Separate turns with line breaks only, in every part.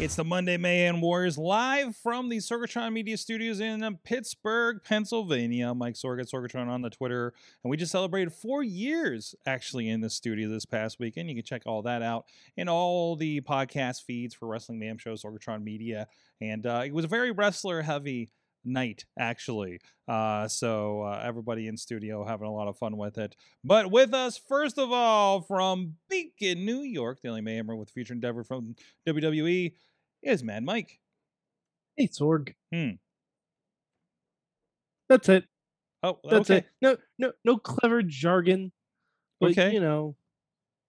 It's the Monday Mayhem Warriors live from the Sorgatron Media Studios in uh, Pittsburgh, Pennsylvania. Mike Sorgat, Sorgatron on the Twitter. And we just celebrated four years actually in the studio this past weekend. You can check all that out in all the podcast feeds for Wrestling Mayhem Show, Sorgatron Media. And uh, it was a very wrestler heavy night actually uh so uh, everybody in studio having a lot of fun with it but with us first of all from beacon new york the only mayhem room with future endeavor from E, wwe is Mad Mike.
Hey, Sorg.
Hmm.
That's it.
Oh,
That's
okay.
it. No, no, no clever jargon. But,
Okay.
You know,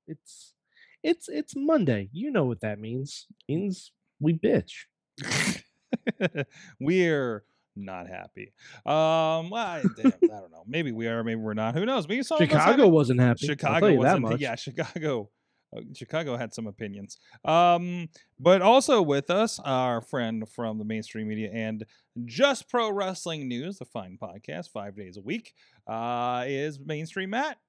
it's it's it's Monday. You know what that means? means we bitch.
We're not happy. Um, well, I, damn, I don't know. Maybe we are. Maybe we're not. Who knows? Maybe some of us have
Chicago
it.
wasn't happy. I'll
Chicago
tell you
wasn't.
that much.
Yeah, Chicago. uh, Chicago had some opinions. Um, but also with us, our friend from the mainstream media and Just Pro Wrestling News, the fine podcast, five days a week, uh, is mainstream Matt.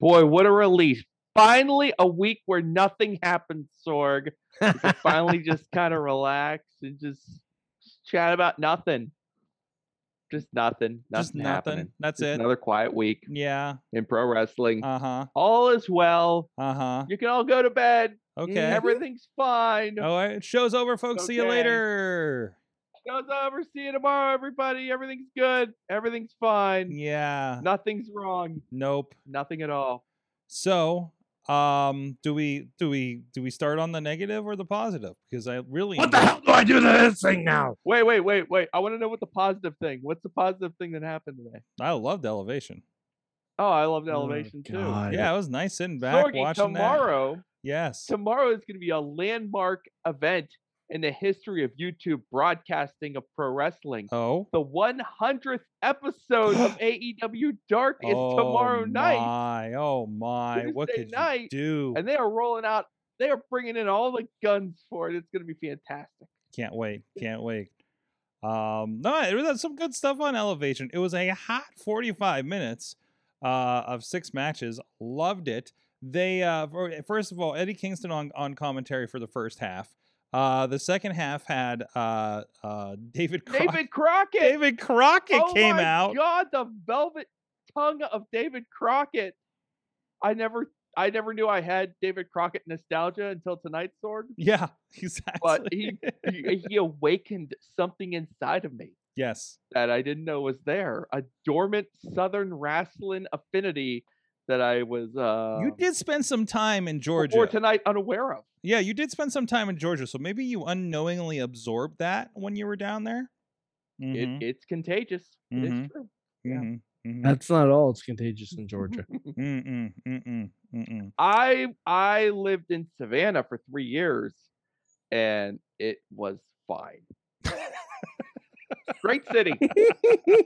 Boy, what a relief. Finally, a week where nothing happened, Sorg. We could finally just kind of relax and just, just chat about nothing. Just nothing. Nothing
Just nothing.
happening.
That's
Just
it.
Another quiet week
Yeah.
in pro wrestling.
Uh huh.
all is well.
Uh huh.
You can all go to bed.
Okay. Oh.
Everything's fine.
All right, show's over, folks. See you
Okay.
later.
Goes over. See you tomorrow, everybody. Everything's good. Everything's fine.
Yeah.
Nothing's wrong.
Nope.
Nothing at all.
So, um, do we do we do we start on the negative or the positive? Because I really
What the hell do I do to this thing now?
Wait, wait, wait, wait. I want to know what the positive thing. What's the positive thing that happened today?
I loved Elevation.
Oh, I loved
Oh,
Elevation too.
God. I-
Yeah, it was nice sitting back
Sorgi,
watching that.
tomorrow,
Yes.
tomorrow is going to be a landmark event in the history of YouTube broadcasting of pro wrestling.
oh.
The 100th episode of AEW Dark is tomorrow
Oh
night,
My, oh my! what
Tuesday
could
night,
you do?
and they are rolling out. They are bringing in all the guns for it. It's going to be fantastic.
Can't wait! Can't wait! Um, no, it was some good stuff on Elevation. It was a hot 45 minutes uh, of six matches. Loved it. They uh, fir- first of all, Eddie Kingston on on commentary for the first half. Uh, the second half had uh, uh, David Cro-
David Crockett.
David Crockett
oh
came
my
out.
God, the velvet tongue of David Crockett. I never, I never knew I had David Crockett nostalgia until tonight, Sword.
Yeah, exactly.
he- he, he awakened something inside of me
yes,
that I didn't know was there. A dormant Southern wrestling affinity that I was uh
you did spend some time in Georgia.
or tonight unaware of.
yeah, you did spend some time in Georgia, so maybe you unknowingly absorbed that when you were down there. Mhm.
It, it's contagious. It is
Mhm.
true. Yeah.
Mm-hmm. Mm-hmm.
That's not all. It's contagious in Georgia.
Mm-mm, mm-mm, mm-mm.
I I lived in Savannah for three years and it was fine. Great city.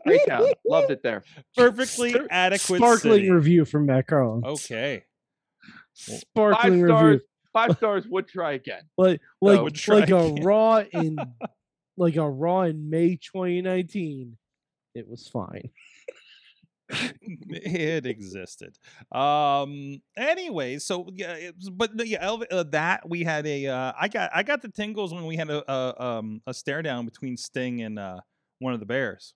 Great town. Loved it there.
Perfectly
Star-
adequate.
Sparkling
city.
review from Matt Carlin.
Okay.
Sparkling
Five
review.
stars, five stars would try again.
Like
I
like
would try
like a
again.
raw in like a raw in May 2019. It was fine.
it existed. Um. Anyway, so yeah, it, was- but no, yeah, Elv- uh, that we had a. Uh, I got I got the tingles when we had a, a um a stare down between Sting and uh one of the Bears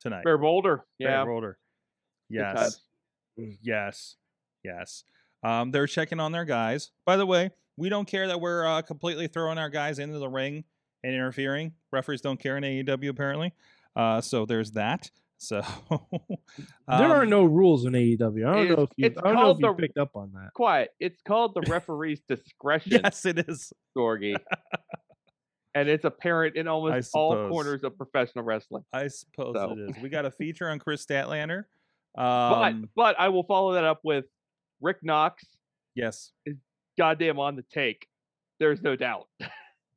tonight.
Bear Boulder. Yeah.
Bear Boulder.
good
Yes.
times.
Mm, Yes. Yes. Um, they're checking on their guys. By the way, we don't care that we're uh, completely throwing our guys into the ring and interfering. Referees don't care in AEW apparently. Uh, so there's that. So
there are
um,
no rules in AEW. I don't
it's-
know if you,
it's
I don't know if
called
you
the-
picked up on that.
Quiet. It's called the referee's discretion.
Yes, it is.
Gorgie. and it's apparent in almost all
suppose.
corners of professional wrestling.
I suppose
So.
it is. We got a feature on Chris Statlander.
But
Um,
but I will follow that up with Rick Knox,
yes.
goddamn on the take. There's no doubt.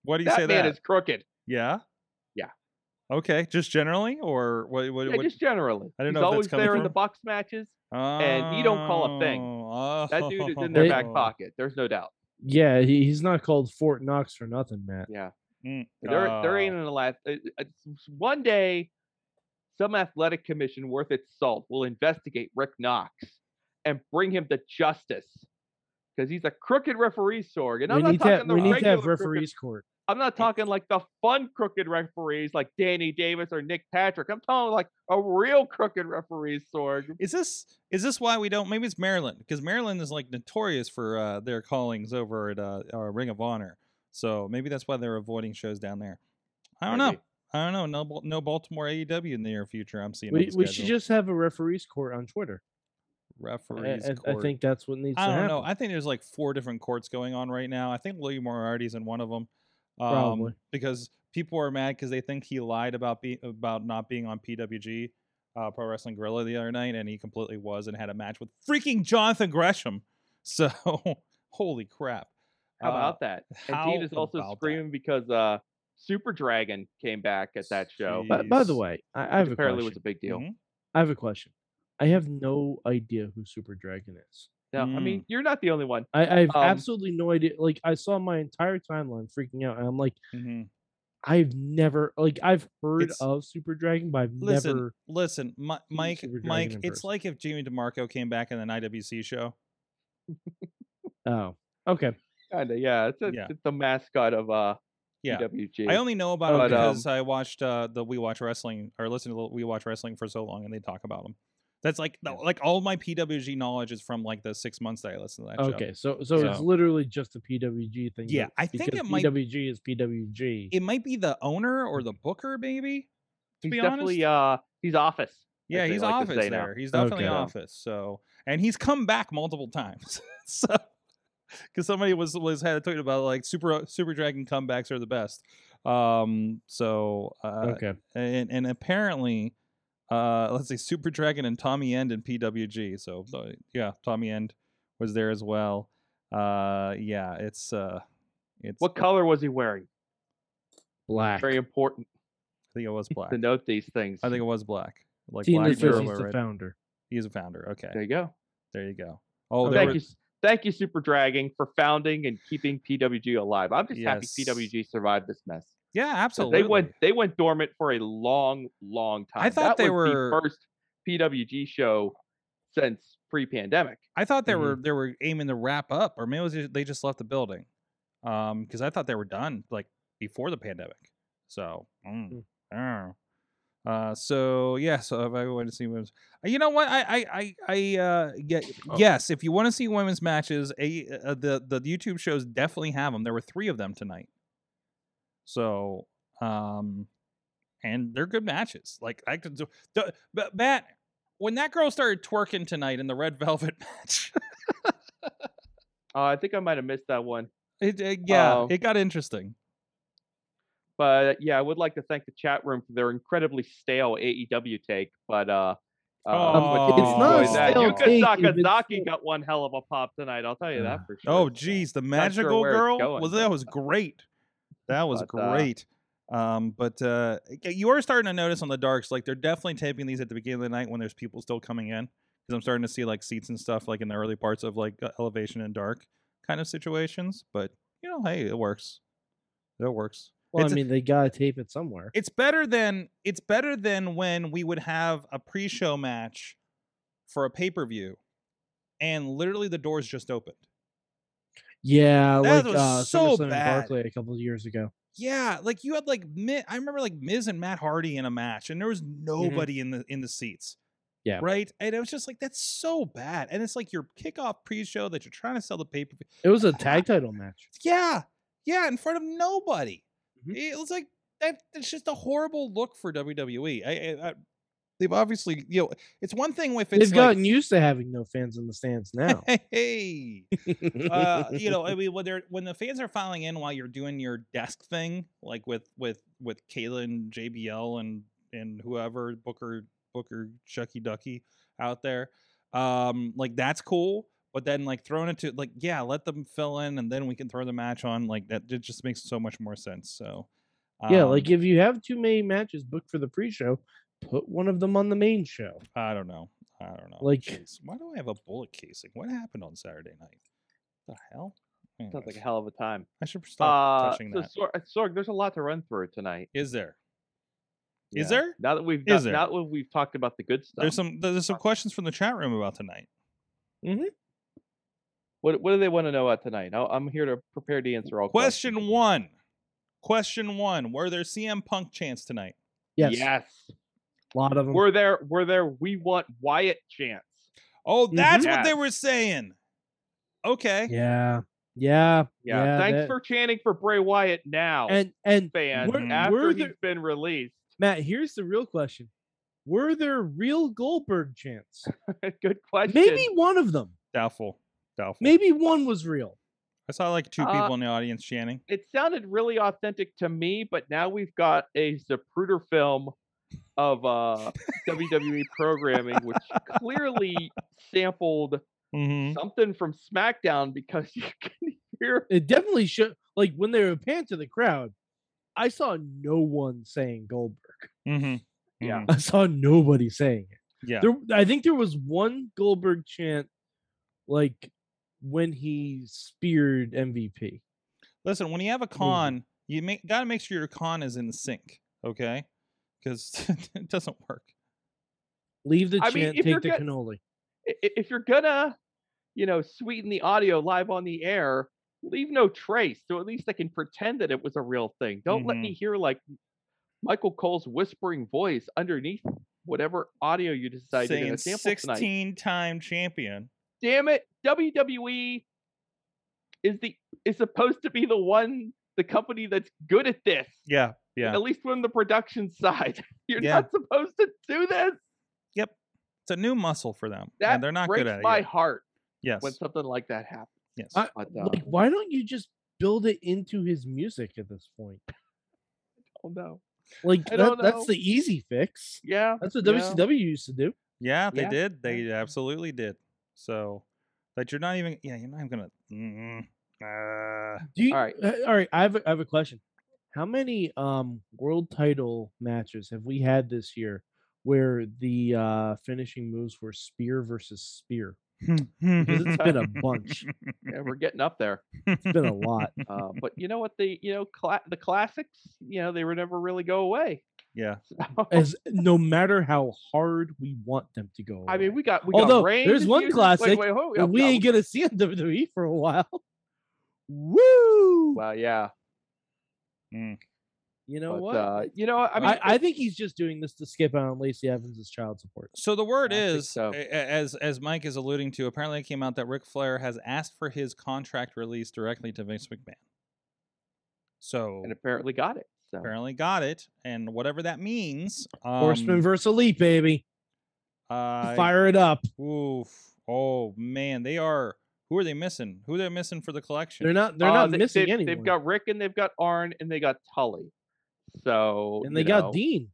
Why do you
that
say
man
that?
is crooked.
yeah.
Yeah.
Okay, just generally, or what? What?
Yeah,
what
just generally.
I didn't know
He's
if that's
always
coming
there in
from-
the box matches. and he don't call a thing.
Oh,
That dude is in their back
oh.
pocket. There's no doubt.
Yeah, he, he's not called Fort Knox for nothing, Matt.
Yeah.
Mm,
There,
oh.
there ain't an last. uh, One day, some athletic commission worth its salt will investigate Rick Knox and bring him to justice because he's a crooked referee, Sorg. And I'm
we
not
need to
talking
have,
the
we need to
regular
have
crooked-
referees court.
I'm not talking like the fun crooked referees like Danny Davis or Nick Patrick. I'm talking like a real crooked referee, Sorg.
Is this is this why we don't? Maybe it's Maryland because Maryland is like notorious for uh, their callings over at uh, uh, Ring of Honor. So maybe that's why they're avoiding shows down there. I don't know.
Maybe.
I don't know. No, Bal- no Baltimore AEW in the near future. I'm seeing. on
We,
the
we should
schedule.
just have a referees court on Twitter. I-
referees.
I, I
court.
think that's what needs
I
to
don't
happen.
know. I think there's like four different courts going on right now. I think William Moriarty's in one of them. Um,
Probably.
because people are mad because they think he lied about be- about not being on PWG, uh, Pro Wrestling Gorilla, the other night, and he completely was and had a match with freaking Jonathan Gresham. So holy crap!
How
Uh,
about that? And
how
Dean is also
about that?
screaming because uh, Super Dragon came back at that show.
Jeez.
By, by the
Jeez.
way, I, I
which
have a
apparently
question.
was a big deal.
Mhm.
I have a question. I have no idea who Super Dragon is.
No, I
Mm.
mean you're not the only one.
I, I have
Um,
absolutely no idea. Like I saw my entire timeline freaking out, and I'm like,
Mhm.
I've never like I've heard
It's-
of Super Dragon, but I've
Listen,
never.
listen, Mi- Mike,
Super Dragon
Mike.
in
It's
person.
like if Jimmy DeMarco came back in an IWC show.
Oh, okay.
Kinda, yeah. It's, a,
Yeah.
it's the mascot of uh
Yeah.
PWG.
I only know about him
But, um,
because I watched uh, the We Watch Wrestling or listened to the We Watch Wrestling for so long, and they talk about him. That's like the- like all my PWG knowledge is from like the six months that I listened to that show.
Okay, so so it's
So-
literally just a PWG thing.
Yeah,
but-
I think
because
it might-
PWG is PWG.
It might be the owner or the booker, maybe.
he's
be
definitely uh he's office.
Yeah,
they
he's
like to
office
say now.
there. He's definitely
Okay.
office. So, and he's come back multiple times. so, because somebody was was had a tweet about like super super dragon comebacks are the best. Um, so uh,
okay,
and and apparently uh let's see super dragon and tommy end and pwg so uh, yeah tommy end was there as well uh yeah it's uh it's
What color was he wearing?
black.
Very important
i think it was black
to note these things.
i think it was black like
Tina
black
says
Euro,
he's
Jerobo,
the
right?
founder.
he's a founder okay
there you go.
there you go oh
Well,
there
thank
were-
you. s- Thank you, Super Dragon, for founding and keeping PWG alive. I'm just happy
Yes.
PWG survived this mess.
yeah
'Cause
absolutely
They went they went dormant for a long, long time.
I thought
that
they
was
were-
the first PWG show since pre-pandemic.
i thought they
Mhm.
were they were aiming to wrap up or maybe it was just, they just left the building um because i thought they were done like before the pandemic so mm,
Mm.
I dunno. Uh, so yeah, so if I want to see women's, Uh, you know what, I, I, I, I, uh, yeah,
Oh.
yes, if you want to see women's matches, a, uh, the the YouTube shows definitely have them. There were three of them tonight, so um, and they're good matches. Like I could, do, the, but Matt, when that girl started twerking tonight in the red velvet match,
Uh, I think I might have missed that one.
it, uh, yeah,
Oh.
it got interesting.
But yeah, I would like to thank the chat room for their incredibly stale AEW take. But uh, uh
Oh.
but
It's not a stale
Yuka
take, if it's
Sakazaki
full.
got one hell of a pop tonight. I'll tell you
Uh,
that for sure.
Oh, geez, the
sure
magical
where it's
girl
going,
was
but,
that was
uh,
great. That was
but, uh,
great. um, but uh, y- you are starting to notice on the darks, like they're definitely taping these at the beginning of the night when there's people still coming in, because I'm starting to see like seats and stuff like in the early parts of like uh, elevation and dark kind of situations. But you know, hey, it works. It works.
Well, I
It's a-
mean, they gotta tape it somewhere.
It's better than it's better than when we would have a pre-show match for a pay-per-view, and literally the doors just opened.
yeah, like
That was
uh,
so
SummerSlam in
bad.
Barclay a couple of years ago.
Yeah, like you had like Mi- I remember like Miz and Matt Hardy in a match, and there was nobody in the in the seats.
Yeah.
Right. And it was just like that's so bad, and it's like your kickoff pre-show that you're trying to sell the pay per view.
It was a tag title match.
Yeah, yeah, in front of nobody.
Mhm.
It was like that. It's just a horrible look for WWE. I, I, I they've obviously you know it's one thing if it's
They've
like,
gotten used to having no fans in the stands now.
hey. uh, you know, I mean, when they're when the fans are filing in while you're doing your desk thing, like with with with Kayla and JBL and and whoever Booker Booker Chucky Ducky out there, um, like that's cool. But then like throwing it to like yeah, let them fill in and then we can throw the match on like that. It just makes so much more sense. So
yeah,
um,
like if you have too many matches booked for the pre-show, put one of them on the main show.
I don't know. I don't know.
Like-
Jeez, why do I have a bullet casing? What happened on Saturday night? The hell?
Sounds like a
Anyways,
hell of a time.
I should stop
Uh,
touching
so
that.
Sorg, Sorg, there's a lot to run through tonight.
Is there? Is
Yeah.
there?
Now that we've
Is
done,
there?
now that we've talked about the good stuff.
There's some there's some questions from the chat room about tonight.
What What do they want to know about tonight? I- I'm here to prepare to answer all questions.
Question one. Question one. Were there CM Punk chants tonight?
Yes,
Yes.
a lot
Mm.
of them.
We're there. We're there. We want Wyatt chance.
Oh,
Mhm.
that's what they
Yes.
were saying. Okay.
yeah, yeah,
Yeah. Thanks
that-
for chanting for Bray Wyatt now,
and and
fans.
we're-
after
we're
he's
there-
been released.
Matt. Here's the real question: Were there real Goldberg chants?
Good question.
Maybe one of them.
Doubtful. Doubtful.
Maybe one was real.
I saw like two
Uh,
people in the audience chanting.
it sounded really authentic to me, but now we've got a Zapruder film of uh WWE programming, which clearly sampled
Mm-hmm.
something from SmackDown because you can hear
It definitely should. Like when they were pan to the crowd, I saw no one saying Goldberg.
Mm-hmm.
Yeah.
I saw nobody saying it.
Yeah.
There, I think there was one Goldberg chant, like when he speared MVP.
Listen, when you have a
Mm-hmm.
con, you make, gotta make sure your con is in sync, okay? Because it doesn't work.
Leave the
I mean,
chant,
if you're
take the
get-
cannoli.
i- i- if you're gonna, you know, sweeten the audio live on the air, leave no trace. So at least I can pretend that it was a real thing. Don't let
Mhm.
me hear like Michael Cole's whispering voice underneath whatever audio you decide you're
Saying
gonna sample tonight.
16 time champion.
damn it, WWE is the is supposed to be the one the company that's good at this.
Yeah. Yeah.
At least from the production side. You're
Yeah.
not supposed to do this.
It's a new muscle for them.
That
and they're not
breaks
good at it.
my
yet.
heart
Yes.
when something like that happens.
yes.
I-
But, uh,
Like, why don't you just build it into his music at this point?
oh no.
Like,
I don't
that, that's
know.
the easy fix.
Yeah.
That's what
Yeah.
WCW used to do.
Yeah, they
Yeah,
did. They
yeah.
absolutely did. So that you're not even. Yeah, you're not even gonna. Mm, uh,
Do you, all right,
Alright.
all right. I have a, I have a question. How many um world title matches have we had this year where the uh finishing moves were spear versus spear?
uh,
Because it's been a bunch.
yeah we're getting up there.
It's been a lot.
Uh, but you know what the you know cla- the classics, you know, they would never really go away.
Yeah.
So,
As no matter how hard we want them to go.
I
away.
mean, we got we
Although,
got Reigns
there's
is
one
using-
classic
Wait, wait, hold-
that
oh,
we
no,
ain't gonna see on WWE E for a while. Woo!
Well, yeah.
Mm.
you know
but,
what?
uh, you know, I
I,
mean,
I, think he's just doing this to skip out on Lacey Evans' child support.
So the word
I think
is,
so.
a- a- as as Mike is alluding to, apparently it came out that Ric Flair has asked for his contract release directly to Vince McMahon. So
and apparently got it. So
apparently got it, and whatever that means. Um,
Horseman versus Elite, baby.
I-
Fire it up.
Oof. Oh man, they are. Who are they missing? Who they're missing for the collection?
They're not. They're
Uh,
not
they-
missing
they've,
anyone.
They've got Rick and they've got Arn and they got Tully. So
and they
you know,
got Dean.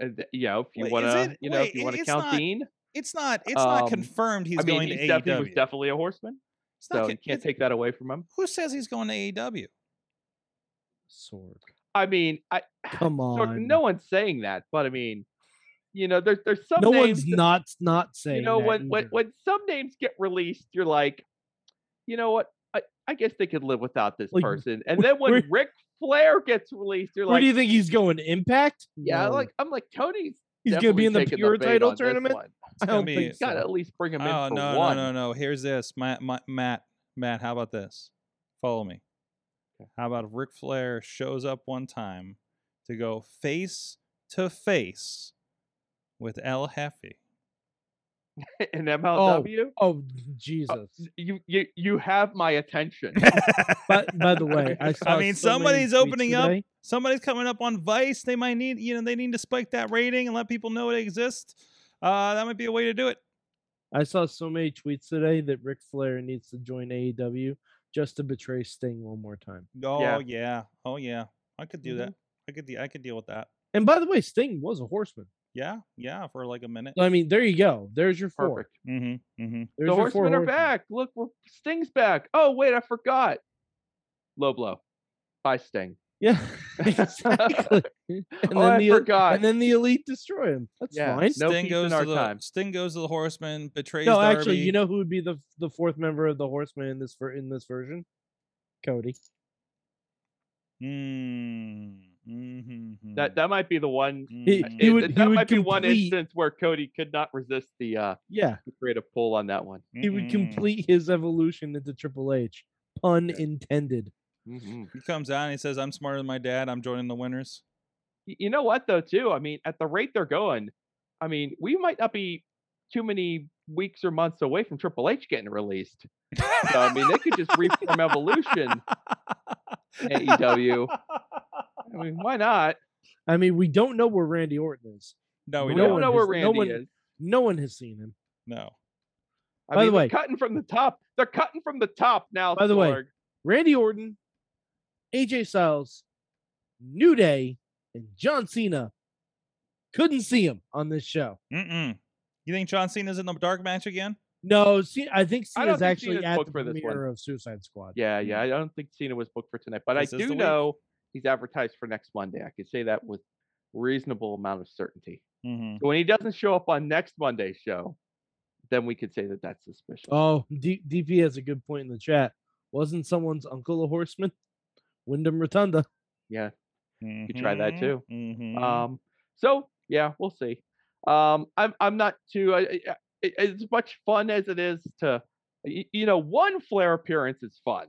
uh, th- Yeah, if you
Wait, is
want to,
it-
you know,
wait,
if you
it-
want to
it's
count
not-
Dean,
It's not. It's not
Um,
confirmed he's
I mean,
going
he's
to
definitely
E
AEW.
was definitely a horseman.
It's not
So
con-
you can't
it-
take that away from him.
Who says he's going to E AEW?
Sword.
I mean, I
Come
so
on.
no one's saying that, but I mean, you know, there's there's some
No
names
one's
that-
not not saying.
you know
that
when when
either.
when some names get released, you're like, you know what? I, I guess they could live without this
Like,
person. And
where-
then when
where-
Ric Flair gets released, you're
Where
like,
do you think he's going? Impact?
yeah,
No.
like I'm like Tony's
he's gonna be
definitely
in the
taking
pure
bait on
title
this
tournament.
one.
I
gonna
don't
be-
think
it's
Got to
so.
at least bring him in
Oh
for
no no
one.
no no! Here's this, my, my, Matt Matt. How about this? Follow me. How about if Ric Flair shows up one time to go face to face with El Jefe?
In MLW,
Oh Jesus!
you you you have my attention.
But by the way, I saw.
mean,
so many
somebody's
tweets
opening up.
today.
Somebody's coming up on Vice. They might need you know they need to spike that rating and let people know it exists. Uh, that might be a way to do it.
I saw so many tweets today that Ric Flair needs to join AEW just to betray Sting one more time.
Oh yeah,
Yeah.
oh yeah. I could do
Mhm.
that. I could de- I could deal with that.
And by the way, Sting was a horseman.
Yeah, yeah, for like a minute.
So, I mean, there you go. There's your four.
Perfect.
Mm-hmm. Mm-hmm.
There's
the
your four
horsemen are
horsemen.
back. Look, we're, Sting's back. Oh wait, I forgot. Low blow. Bye, Sting.
Yeah, exactly. and
oh, I
the
forgot.
and then the elite destroy him. That's
Yeah.
fine.
No
Sting
peace in
goes
our
to the
time.
Sting goes to the Horseman, betrays.
No,
Darby.
actually, you know who would be the the fourth member of the Horsemen in this ver- in this version? Cody.
Mm, mhm,
That that might be the one. uh,
He-
mhm.
he
it-
would-
that
would
might be one
complete-
instance where Cody could not resist the uh
Yeah,
the creative pull on that one.
he would
Mm-mm.
complete his evolution into Triple H. Pun
Yeah.
intended.
Mhm.
He comes out and he says, "I'm smarter than my dad. I'm joining the winners."
Y- You know what though, too? I mean, at the rate they're going, I mean, we might not be too many weeks or months away from Triple H getting released. So I mean, they could just reform Evolution. AEW. I mean, why not?
I mean, we don't know where Randy Orton is.
No, we
We
No
don't.
don't
one
know where
has- no
Randy
one-
is.
No one has seen him.
No.
I
By the
mean,
way-
they're cutting from the top. They're cutting from the top now.
By the way,
Sorg.
Randy Orton, AJ Styles, New Day, and John Cena couldn't see him on this show.
Mm-mm. You think John Cena's in the dark match again?
No, C- I think
I
Cena's
don't think
actually
Cena's
at
booked
the
for this one.
premiere of Suicide Squad.
yeah, yeah. I don't think Cena was booked for tonight, but
This
I
is the
do
week.
know he's advertised for next Monday. I could say that with reasonable amount of certainty.
Mm-hmm.
Mm.
So when he doesn't show up on next Monday's show, then we could say that that's suspicious.
Oh, D- DP has a good point in the chat. Wasn't someone's uncle a horseman? Wyndham Rotunda.
Yeah.
You
could try that too.
Mm-hmm.
Um. So yeah, we'll see. Um. I'm. I'm not too. I, I, I- as much fun as it is to, y- you know, one Flair appearance is fun.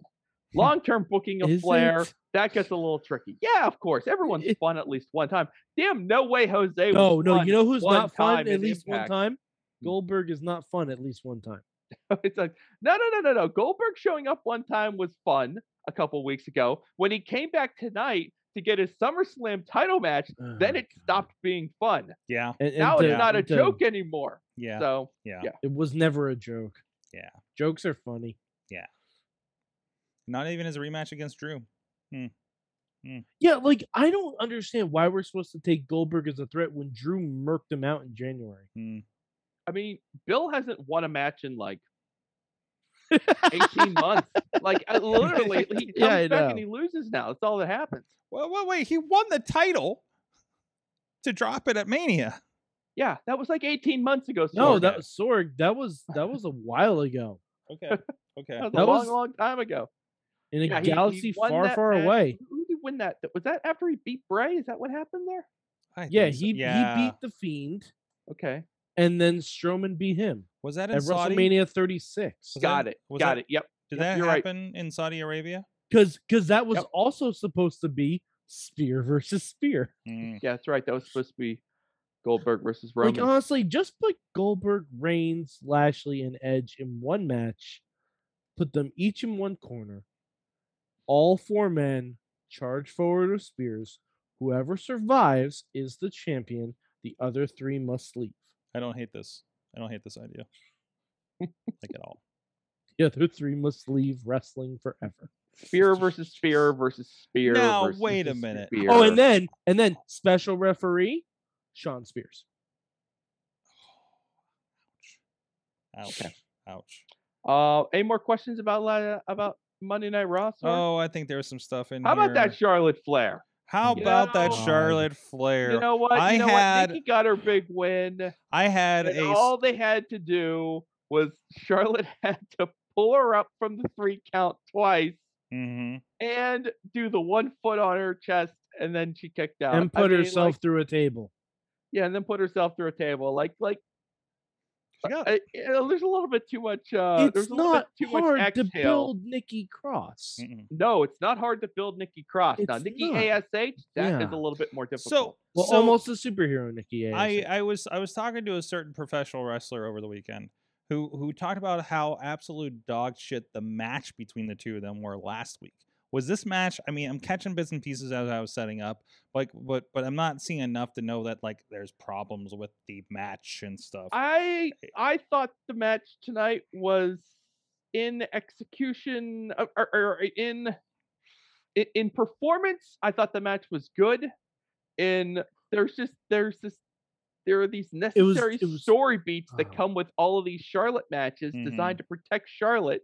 Long term booking of
Is
Flair
it?
that gets a little tricky. Yeah, of course, everyone's
It-
fun at least one time. Damn, no way, Jose. was
No, no.
fun
You know who's
one
not fun
time
at
in
least
Impact.
one time? Goldberg is not fun at least one time.
it's like no, no, no, no, no. Goldberg showing up one time was fun a couple weeks ago. When he came back tonight to get his SummerSlam title match, then
Oh,
it
God.
stopped being fun.
Yeah.
And, and
now
to-
it's not a
and to-
joke anymore.
Yeah.
So
yeah.
yeah.
It was never a joke.
Yeah.
Jokes are funny.
Not even his rematch against Drew.
Yeah, like I don't understand why we're supposed to take Goldberg as a threat when Drew murked him out in January.
Mm.
I mean, Bill hasn't won a match in like 18 months. Like I- literally, he comes
Yeah, I
back and
know.
he loses now. That's all that happens.
Well, wait, wait. He won the title to drop it at Mania.
Yeah, that was like 18 months ago.
No,
Sorg.
that was Sorg. That was that was a while ago
Okay. Okay.
that was
that
a long,
was-
long time ago.
in a
Yeah, he- he
galaxy
won
far,
that
far
match.
away.
Who- Who did win that? Th- Was that after he beat Bray? Is that what happened there?
I
Yeah,
think so.
he
yeah.
he beat the Fiend,
Okay,
and then Strowman beat him
Was that in
at
Saudi?
WrestleMania 36.
Was that-
got it,
was
got
that-
it. Yep.
Did
Yep,
that
you're right.
happen in Saudi Arabia?
Because because that was
Yep.
also supposed to be spear versus spear.
Mm.
Yeah, that's right. That was supposed to be Goldberg versus Roman.
Like honestly, just put Goldberg, Reigns, Lashley, and Edge in one match. Put them each in one corner. All four men charge forward with spears. Whoever survives is the champion. The other three must leave.
I don't hate this. I don't hate this idea. like at all.
The other three must leave wrestling forever.
spear versus spear versus spear.
Now,
versus
wait a minute.
Spear.
Oh, and then and then special referee, Sean Spears.
Ouch. Ouch.
Uh, any more questions about La- about Monday Night Raw? Sorry?
Oh, I think there's some stuff in
How
here.
about that Charlotte Flair?
How
You
about that
know-
Charlotte Flair?
You know what?
I
you know
had-
what? Nikki got her big win,
I had
and
a s-
all they had to do was Charlotte had to pull her up from the three count twice
Mhm.
and do the one foot on her chest, and then she kicked out
and
Uh, I
put
mean,
herself
like-
through a table.
yeah, and then put herself through a table. Like, like
She got-
I, I- there's a little bit too much. Uh,
it's
there's a little
not
bit too much
hard to
exhale. Mm-hmm.
build Nikki Cross.
Mm-mm.
No, it's not hard to build Nikki Cross. now,
It's
Nikki
not.
ASH, that is
Yeah.
a little bit more difficult.
So,
Well,
so
almost a superhero, Nikki. A,
I, I was I was talking to a certain professional wrestler over the weekend who who talked about how absolute dog shit the match between the two of them were last week. Was this match? I mean, I'm catching bits and pieces as I was setting up, like, but but I'm not seeing enough to know that like there's problems with the match and stuff.
I I thought the match tonight was in execution uh, or, or in i- in performance. I thought the match was good. In there's just there's this there are these
was-
necessary
it was-
story beats that
Oh. Mm-hmm.
come with all of these Charlotte matches designed to protect Charlotte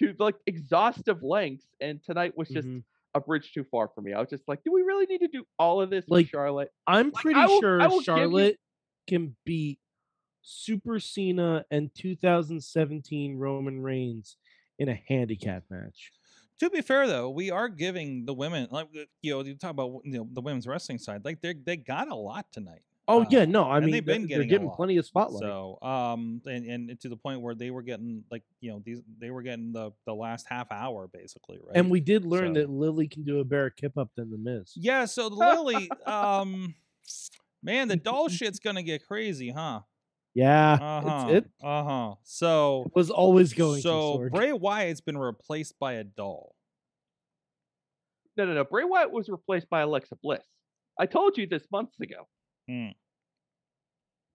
to like exhaustive lengths. And tonight was just
Mhm.
a bridge too far for me. I was just like, do we really need to do all of this
Like,
with Charlotte?
I'm
Like,
pretty
I will-
sure
I will give you-
Charlotte can beat Super Cena and 2017 Roman Reigns in a handicap match.
To be fair, though, we are giving the women, like uh, you know, you talk about you know the women's wrestling side, like they they got a lot tonight.
Oh yeah,
Uh,
no, I
and
mean
they've been
they-
getting
they're
a
getting
lot,
plenty of spotlight.
So, um, and and to the point where they were getting like you know these they were getting the the last half hour basically, right?
And we did learn
So-
that Lily can do a better kip up than the Miz.
yeah, so the Lily, um, man, the doll shit's gonna get crazy, huh?
Yeah,
Uh
it's-
huh.
it
Uh huh. So
was always going. to
so
Sorg.
Bray Wyatt's been replaced by a doll.
No, no, no. Bray Wyatt was replaced by Alexa Bliss. I told you this months ago.
Hmm.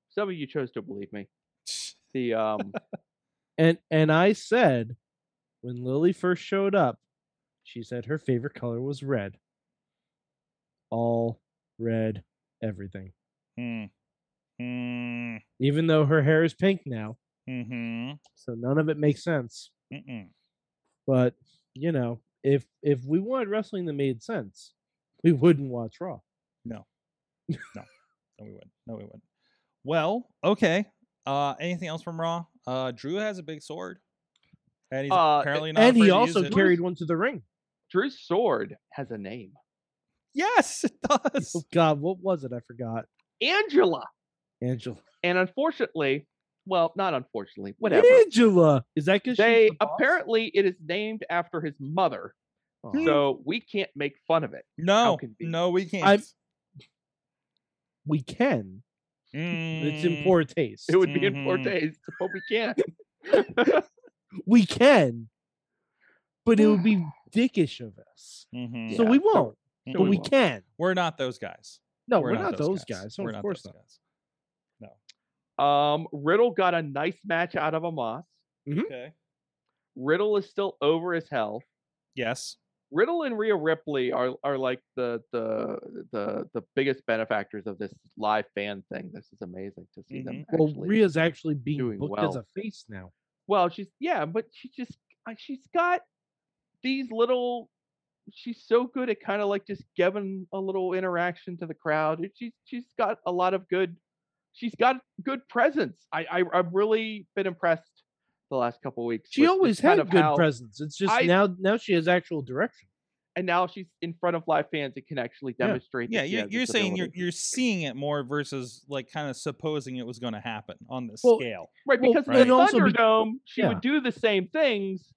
Some of you chose to believe me. The um
and and I said when Lily first showed up, she said her favorite color was red. All red, everything.
Hmm. Hmm.
Even though her hair is pink now,
Hmm.
so none of it makes sense.
Mm-mm.
But you know, if if we wanted wrestling that made sense, we wouldn't watch Raw.
No, we wouldn't. No, we wouldn't. Well, okay. Uh, anything else from Raw? Uh, Drew has a big sword, and he's
Uh,
apparently not.
And
afraid
he
to use
also
it.
carried one to the ring.
Drew's sword has a name.
Yes, it
Oh
does.
God, what was it? I forgot.
Angela.
Angela.
And unfortunately, well, not unfortunately, whatever.
Angela. Is that because
They apparently it is named after his mother, so we can't make fun of it.
No,
convenient.
no, we can't.
we can. but It's in
Mm,
poor taste.
It would be in poor
Mhm.
taste, but we can't.
we can, but it would be dickish of us.
mhm,
So
Yeah,
we
so-
won't,
mhm.
so
but we
won't.
can.
We're not those guys.
No, we're, not, those guys. No,
We're
of
not
course
those
not.
guys.
Um, Riddle got a nice match out of Amos.
Okay.
Riddle is still over as hell.
Yes.
Riddle and Rhea Ripley are are like the the the the biggest benefactors of this live fan thing. This is amazing to see them.
Mm-hmm. Well,
actually.
Rhea's actually being
doing
booked as
well.
a face now.
Well, she's yeah, but she just uh, she's got these little. She's so good at kind of like just giving a little interaction to the crowd. and She's she's got a lot of good. She's got good presence. I, I I've really been impressed the last couple weeks.
She
with just
always had
kind of
good
how-
presence. It's just
I-
now now she has actual direction.
and now she's in front of live fans and can actually
Yeah.
demonstrate.
Yeah.
that she
You're,
has this
you're saying you're
ability.
you're seeing it more versus like kind of supposing it was going to happen on the
Well,
scale.
right
well,
because in
and
the
also be-
Thunderdome she
yeah.
would do the same things,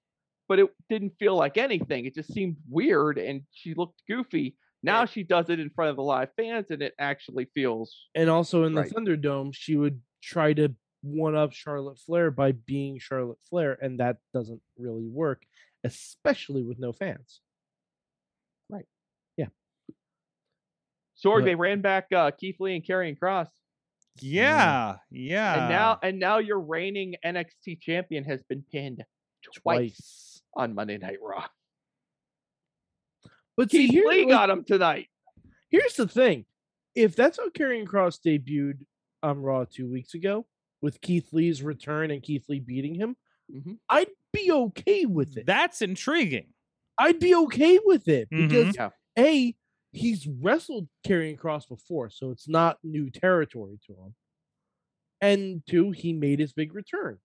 but it didn't feel like anything. It just seemed weird, and she looked goofy. Now she does it in front of the live fans, and it actually feels
And also in the
Right.
Thunderdome, she would try to one up Charlotte Flair by being Charlotte Flair, and that doesn't really work, especially with no fans.
sorry.
But-
They ran back uh, Keith Lee and Karrion Cross,
Mm-hmm.
Yeah. Yeah.
and now
Ah.
and now your reigning NXT champion has been pinned twice,
Twice.
on Monday Night Raw.
But see,
Keith
here,
Lee
like,
got him tonight.
here's the thing: if that's how Karrion Cross debuted on Raw two weeks ago with Keith Lee's return and Keith Lee beating him,
Mhm.
I'd be okay with it.
that's intriguing.
I'd be okay with it
Mhm.
because
Yeah.
a he's wrestled Karrion Cross before, so it's not new territory to him. And two, he made his big return.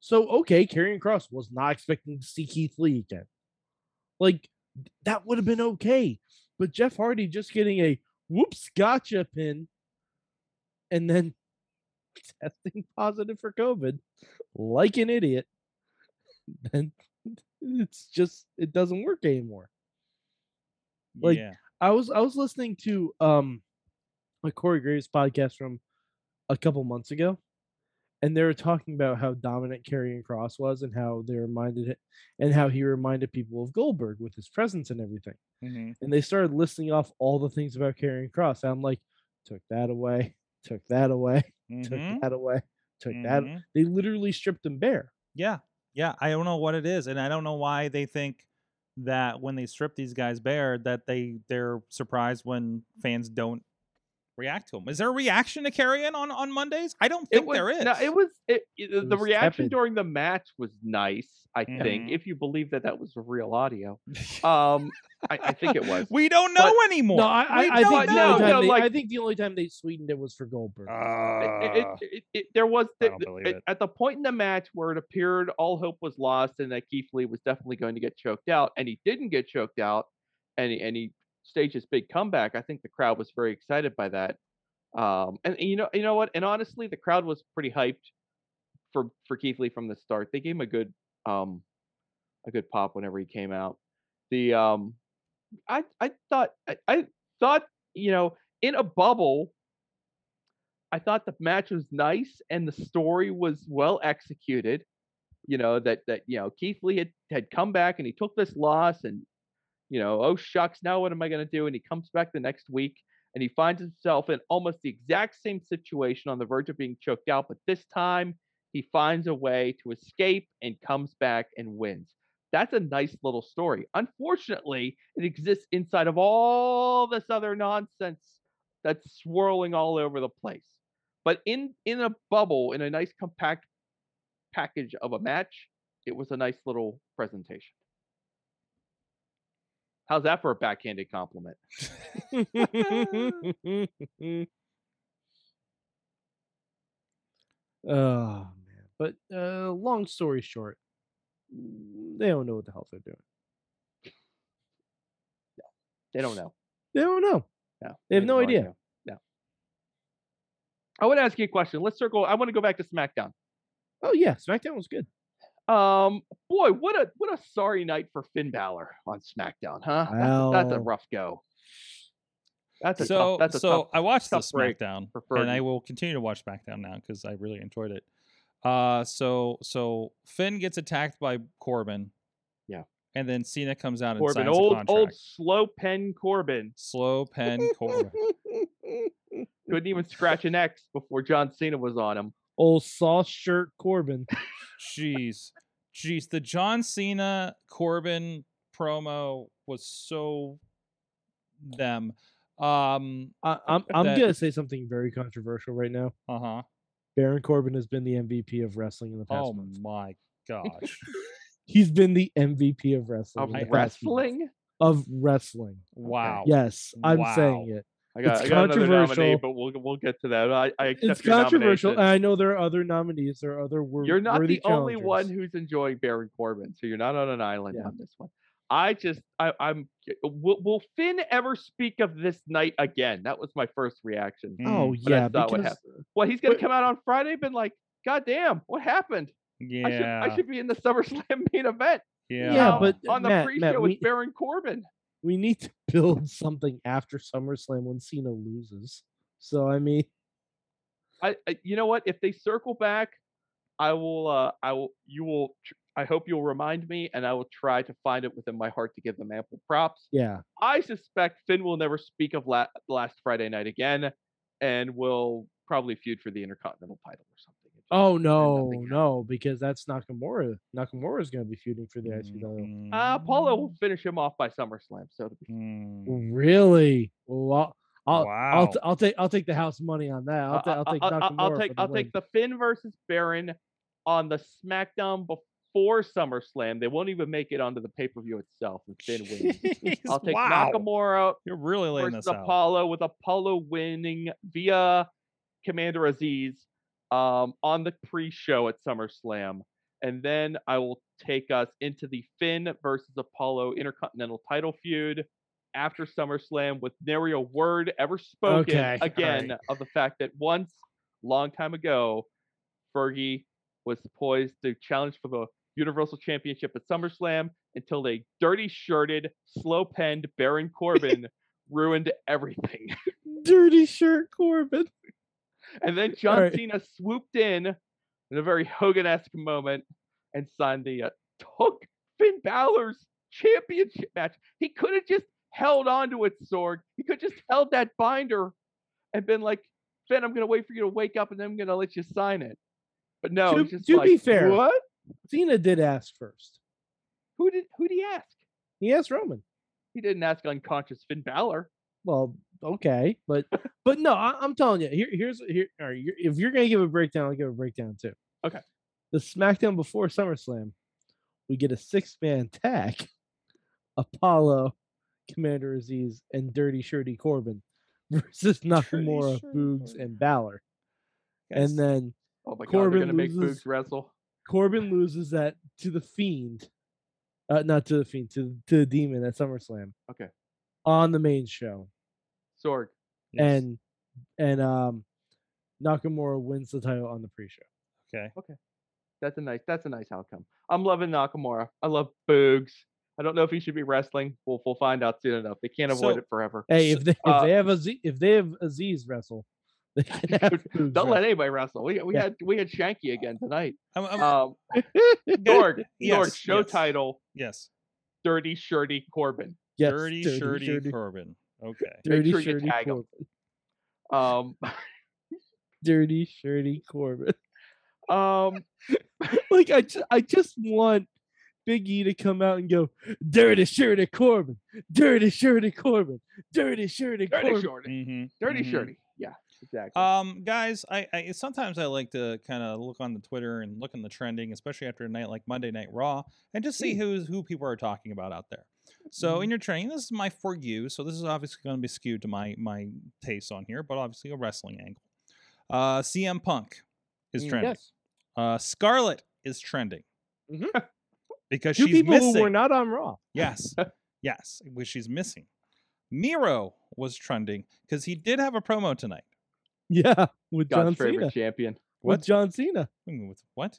So okay, Karrion Cross was not expecting to see Keith Lee again. Like that would have been okay, but Jeff Hardy just getting a whoops gotcha pin, and then testing positive for COVID, like an idiot. Then it's just it doesn't work anymore. Like,
yeah.
I was I was listening to um a Corey Graves podcast from a couple months ago, and they were talking about how dominant Karrion Cross was and how they reminded it and how he reminded people of Goldberg with his presence and everything.
Mhm.
And they started listing off all the things about Karrion Cross. And I'm like, took that away, took that away,
Mhm.
took that away, took that.
Mhm.
They literally stripped him bare.
Yeah. Yeah. I don't know what it is. And I don't know why they think that when they strip these guys bare that they they're surprised when fans don't react to them. Is there a reaction to carry in on on Mondays? I don't
It
think
was,
there is.
No, it was it, it- the
was
reaction
tepid.
during the match was nice. I think,
Mhm.
if you believe that that was real audio. Um, I, I think it was.
we don't know
But-
anymore.
No, I, I,
We
I
don't
think the
know.
only time
No,
they, I
like-
think the only time they sweetened it was for Goldberg.
it, it, it, it- it- there was
Uh, I
the,
don't
the-
believe
at-
it.
at the point in the match where it appeared all hope was lost and that Keith Lee was definitely going to get choked out, and he didn't get choked out, and he, and he staged his big comeback. I think the crowd was very excited by that. Um, and, and you know, you know what? And honestly, the crowd was pretty hyped for for Keith Lee from the start. They gave him a good um, a good pop whenever he came out. The um, I I thought I, I thought you know in a bubble I thought the match was nice and the story was well executed. You know that that you know Keith Lee had had come back and he took this loss and you know oh shucks now what am I going to do and he comes back the next week and he finds himself in almost the exact same situation on the verge of being choked out but this time he finds a way to escape and comes back and wins. That's a nice little story. Unfortunately, it exists inside of all this other nonsense that's swirling all over the place. But in in a bubble, in a nice compact package of a match, it was a nice little presentation. How's that for a backhanded compliment?
Oh man! But uh, long story short, mm, they don't know what the hell they're doing.
They don't know.
They don't know.
No,
They have no
already
idea.
know. No. I want to ask you a question. Let's circle. I want to go back to SmackDown.
Oh yeah, SmackDown was good.
Um, boy, what a what a sorry night for Finn Balor on SmackDown, huh? That's a- that's,
Well.
a, rough go. That's a
so
tough, that's a
so
tough
I watched the
tough break
SmackDown,
for
and I
Fergie.
will continue to watch SmackDown now because I really enjoyed it. Uh, so so Finn gets attacked by Corbin.
Yeah.
and then Cena comes out and
Corbin,
signs a
old
contract.
old slow pen Corbin
slow pen Corbin.
couldn't even scratch an X before John Cena was on him.
Old sauce shirt Corbin.
Jeez, jeez, the John Cena Corbin promo was so them. Um,
I, I'm I'm
That-
gonna say something very controversial right now.
uh
Uh-huh.
huh.
Baron Corbin has been the MVP of wrestling in the past
Oh
month.
my gosh.
He's been the MVP of wrestling.
Of
in the past month.
wrestling,
Of wrestling.
Wow.
Yes, I'm saying
Oh, Wow.
it.
I got,
It's
I got another nominee,
controversial.
but we'll we'll get to that. I, I accept
It's
your
controversial. and
nomination.
I know there are other nominees. There are other wor-
You're not
worthy
the only one
challengers.
who's enjoying Baron Corbin, so you're not on an island
Yeah.
on this one. I just, I, I'm. Will, will Finn ever speak of this night again? That was my first reaction.
Mm,
Oh
but that's
yeah,
not what
because
Well, he's gonna
Wait.
come out on Friday, been like, God damn, what happened?
Mm, Yeah.
I should I should be in the SummerSlam main event
yeah.
Yeah,
now
but
on the
Matt-
pre-show
Matt,
with
we-
Baron Corbin.
we need to build something after SummerSlam when Cena loses. So I mean,
I, I you know what? If they circle back, I will. Uh, I will. You will. tr- I hope you'll remind me, and I will try to find it within my heart to give them ample props.
yeah,
I suspect Finn will never speak of la- last Friday night again, and will probably feud for the Intercontinental title or something. It just-
Oh
and
no,
nothing
no, because that's Nakamura. Nakamura is going to be feuding for the IC title.
Mhm.
happened. Uh,
Ah,
Apollo
Mm.
will finish him off by SummerSlam, so it'll be.
Mm.
Mm-hmm. Really? Well, I'll, I'll, I'll,
Wow.
t- I'll take, I'll take the house money on that. I'll,
I-
ta- uh, I'll
I-
take
I-
Nakamura
I- uh, I'll take
for the
I'll
win.
take the Finn versus Baron on the SmackDown before SummerSlam. They won't even make it onto the pay per view itself, and Finn wins.
Jeez,
I'll take
wow.
Nakamura
You're really laying
versus
this out.
Apollo with Apollo winning via Commander Aziz um, on the pre-show at SummerSlam, and then I will take us into the Finn versus Apollo Intercontinental Title feud after SummerSlam with nary a word ever spoken
Okay, alright.
again of the fact that once, long time ago, Fergie was poised to challenge for the Universal Championship at SummerSlam until they dirty shirted, slow penned Baron Corbin ruined everything.
dirty shirt Corbin.
And then John
right.
Cena swooped in in a very Hogan esque moment and signed the uh, took Finn Balor's championship match. He could have just held on to it, Sorg. He could have just held that binder and been like, Finn, I'm going to wait for you to wake up and then I'm going to let you sign it. But no,
To-
he's just
to
like,
be fair-
what?
Cena did ask first.
Who did who did he ask?
He asked Roman.
He didn't ask unconscious Finn Balor.
Well, okay, but but no, I, I'm telling you, here, here's here. All right, you're, if you're gonna give a breakdown, I'll give a breakdown too.
Okay.
The SmackDown before SummerSlam, we get a six man tag, Apollo, Commander Aziz, and Dirty Shirty Corbin versus Nakamura,
Shirty
Boogs,
Corbin.
and Balor,
Guys,
and then
Oh my god,
Corbin
they're gonna make
loses-
Boogs wrestle.
Corbin loses that to the Fiend, uh, not to the Fiend, to to the Demon at SummerSlam.
Okay.
On the main show,
Sorg.
yes.
and and um Nakamura wins the title on the pre-show.
okay,
That's a nice that's a nice outcome. I'm loving Nakamura. I love Boogs. I don't know if he should be wrestling. We'll we'll find out soon enough. They can't avoid
So-
it forever.
Hey,
S-
if they
uh,
if they have Aziz, if they have Aziz wrestle, they can have Boogs
Don't
wrestle.
let anybody wrestle. We we
Yeah.
had we had Shanky again tonight.
I'm, I'm,
Um
good.
Sorg,
Yes,
Sorg, show
yes.
title,
yes.
Dirty Shirty Corbin.
Yes,
dirty, shirty, Corbin. Okay,
dirty,
sure you
shirty,
tag 'em.
Corbin,
Um
dirty, shirty Corbin.
um
like I just I just want Big E to come out and go dirty, shirty Corbin, dirty, shirty Corbin, dirty, shirty
Dirty
Corbin.
Shirty.
mm-hmm.
Dirty Shirty. Yeah, exactly.
Um, guys, I, I sometimes I like to kind of look on the Twitter and look in the trending, especially after a night like Monday Night Raw, and just
Mm.
see who's who people are talking about out there. So
Mm-hmm.
in your training, this is my for you. So this is obviously going to be skewed to my my taste on here, but obviously a wrestling angle. Uh, CM Punk is
Mm,
trending.
Yes.
Uh, Scarlett is trending
Mhm.
because
Two
she's
people
missing.
who were not on Raw.
Yes. yes. Which she's missing. Miro was trending because he did have a promo tonight.
Yeah, with John
God's favorite
Cena.
champion.
With John Cena.
What do you mean Hmm, With what?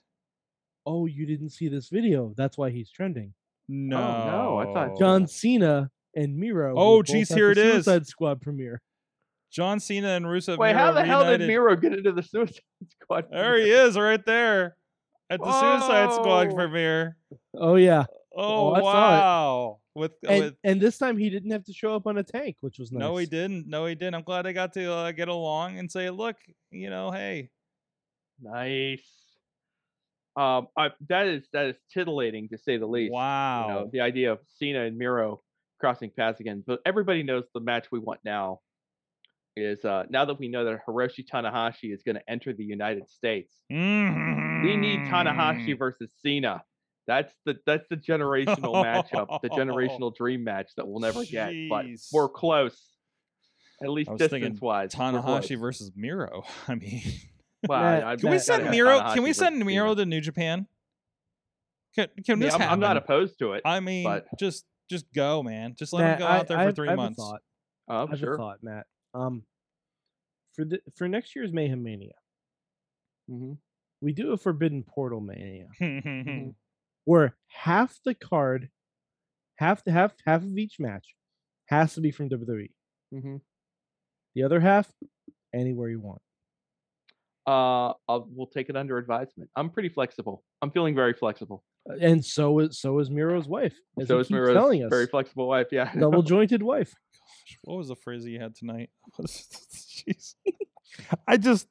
Oh, you didn't see this video. That's why he's trending.
No.
Oh, no, I thought-
John Cena and Miro.
Oh,
were both
geez,
at
here
the
it is.
Suicide Squad premiere.
John Cena and Rusev.
Wait,
Miro
how the hell did
reunited.
Miro get into the Suicide Squad?
There he is, right there at the Suicide Squad
Whoa.
premiere.
Oh yeah,
Oh,
I saw it.
wow! With
and,
with
and this time he didn't have to show up on a tank, which was nice.
no, he didn't. No, he didn't. I'm glad I got to uh, get along and say, look, you know, hey,
Nice. Um, I, that is that is titillating to say the least.
wow.
You know, the idea of Cena and Miro crossing paths again, but everybody knows the match we want now is uh, now that we know that Hiroshi Tanahashi is going to enter the United States. We need
Mm-hmm. Mm.
Tanahashi versus Cena. That's the that's the generational matchup, the generational dream match that we'll never get. But we're
Jeez.
close, at least
was thinking
distance wise.
Tanahashi versus Miro. I mean,
Matt,
can we
That-
send
yeah.
Miro? Can we send Miro to New Japan? Can, can this
I'm, I'm not
happen?
opposed to it.
I mean,
but-
just just go, man. Just let
Matt,
him go
I-
out there
I
for
have-
three
I have a
months.
thought.
Oh,
I have a
sure.
thought, Matt. Um, for the for next year's Mayhem Mania, Mm-hmm,
Mhm.
we do a Forbidden Portal Mania,
Mm-hmm.
Mhm.
where half the card, half the half half of each match, has to be from WWE. mm-hmm.
Mhm.
The other half, anywhere you want.
Uh, I'll, we'll take it under advisement. I'm pretty flexible. I'm feeling very flexible.
Uh, And so is so is Miro's wife. As
so
he
is
keeps
Miro's
telling us,
very flexible wife. Yeah.
double jointed wife.
Gosh, what was the phrase you had tonight? Jeez. I just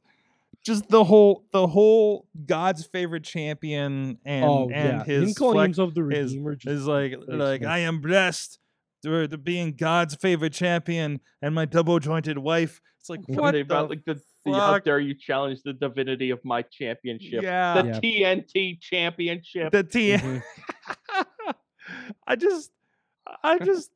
just the whole the whole God's favorite champion and
oh
and
yeah, him
his
calling
flex
himself the
his-
Redeemer. just-
is like
makes
like I
sense.
am blessed to, to being God's favorite champion and my double jointed wife. It's like
Something
what the
about, like the, the- how
fuck?
dare you challenge the divinity of my championship?
yeah
The
Yeah.
TNT championship.
the T.
Mhm.
I just I just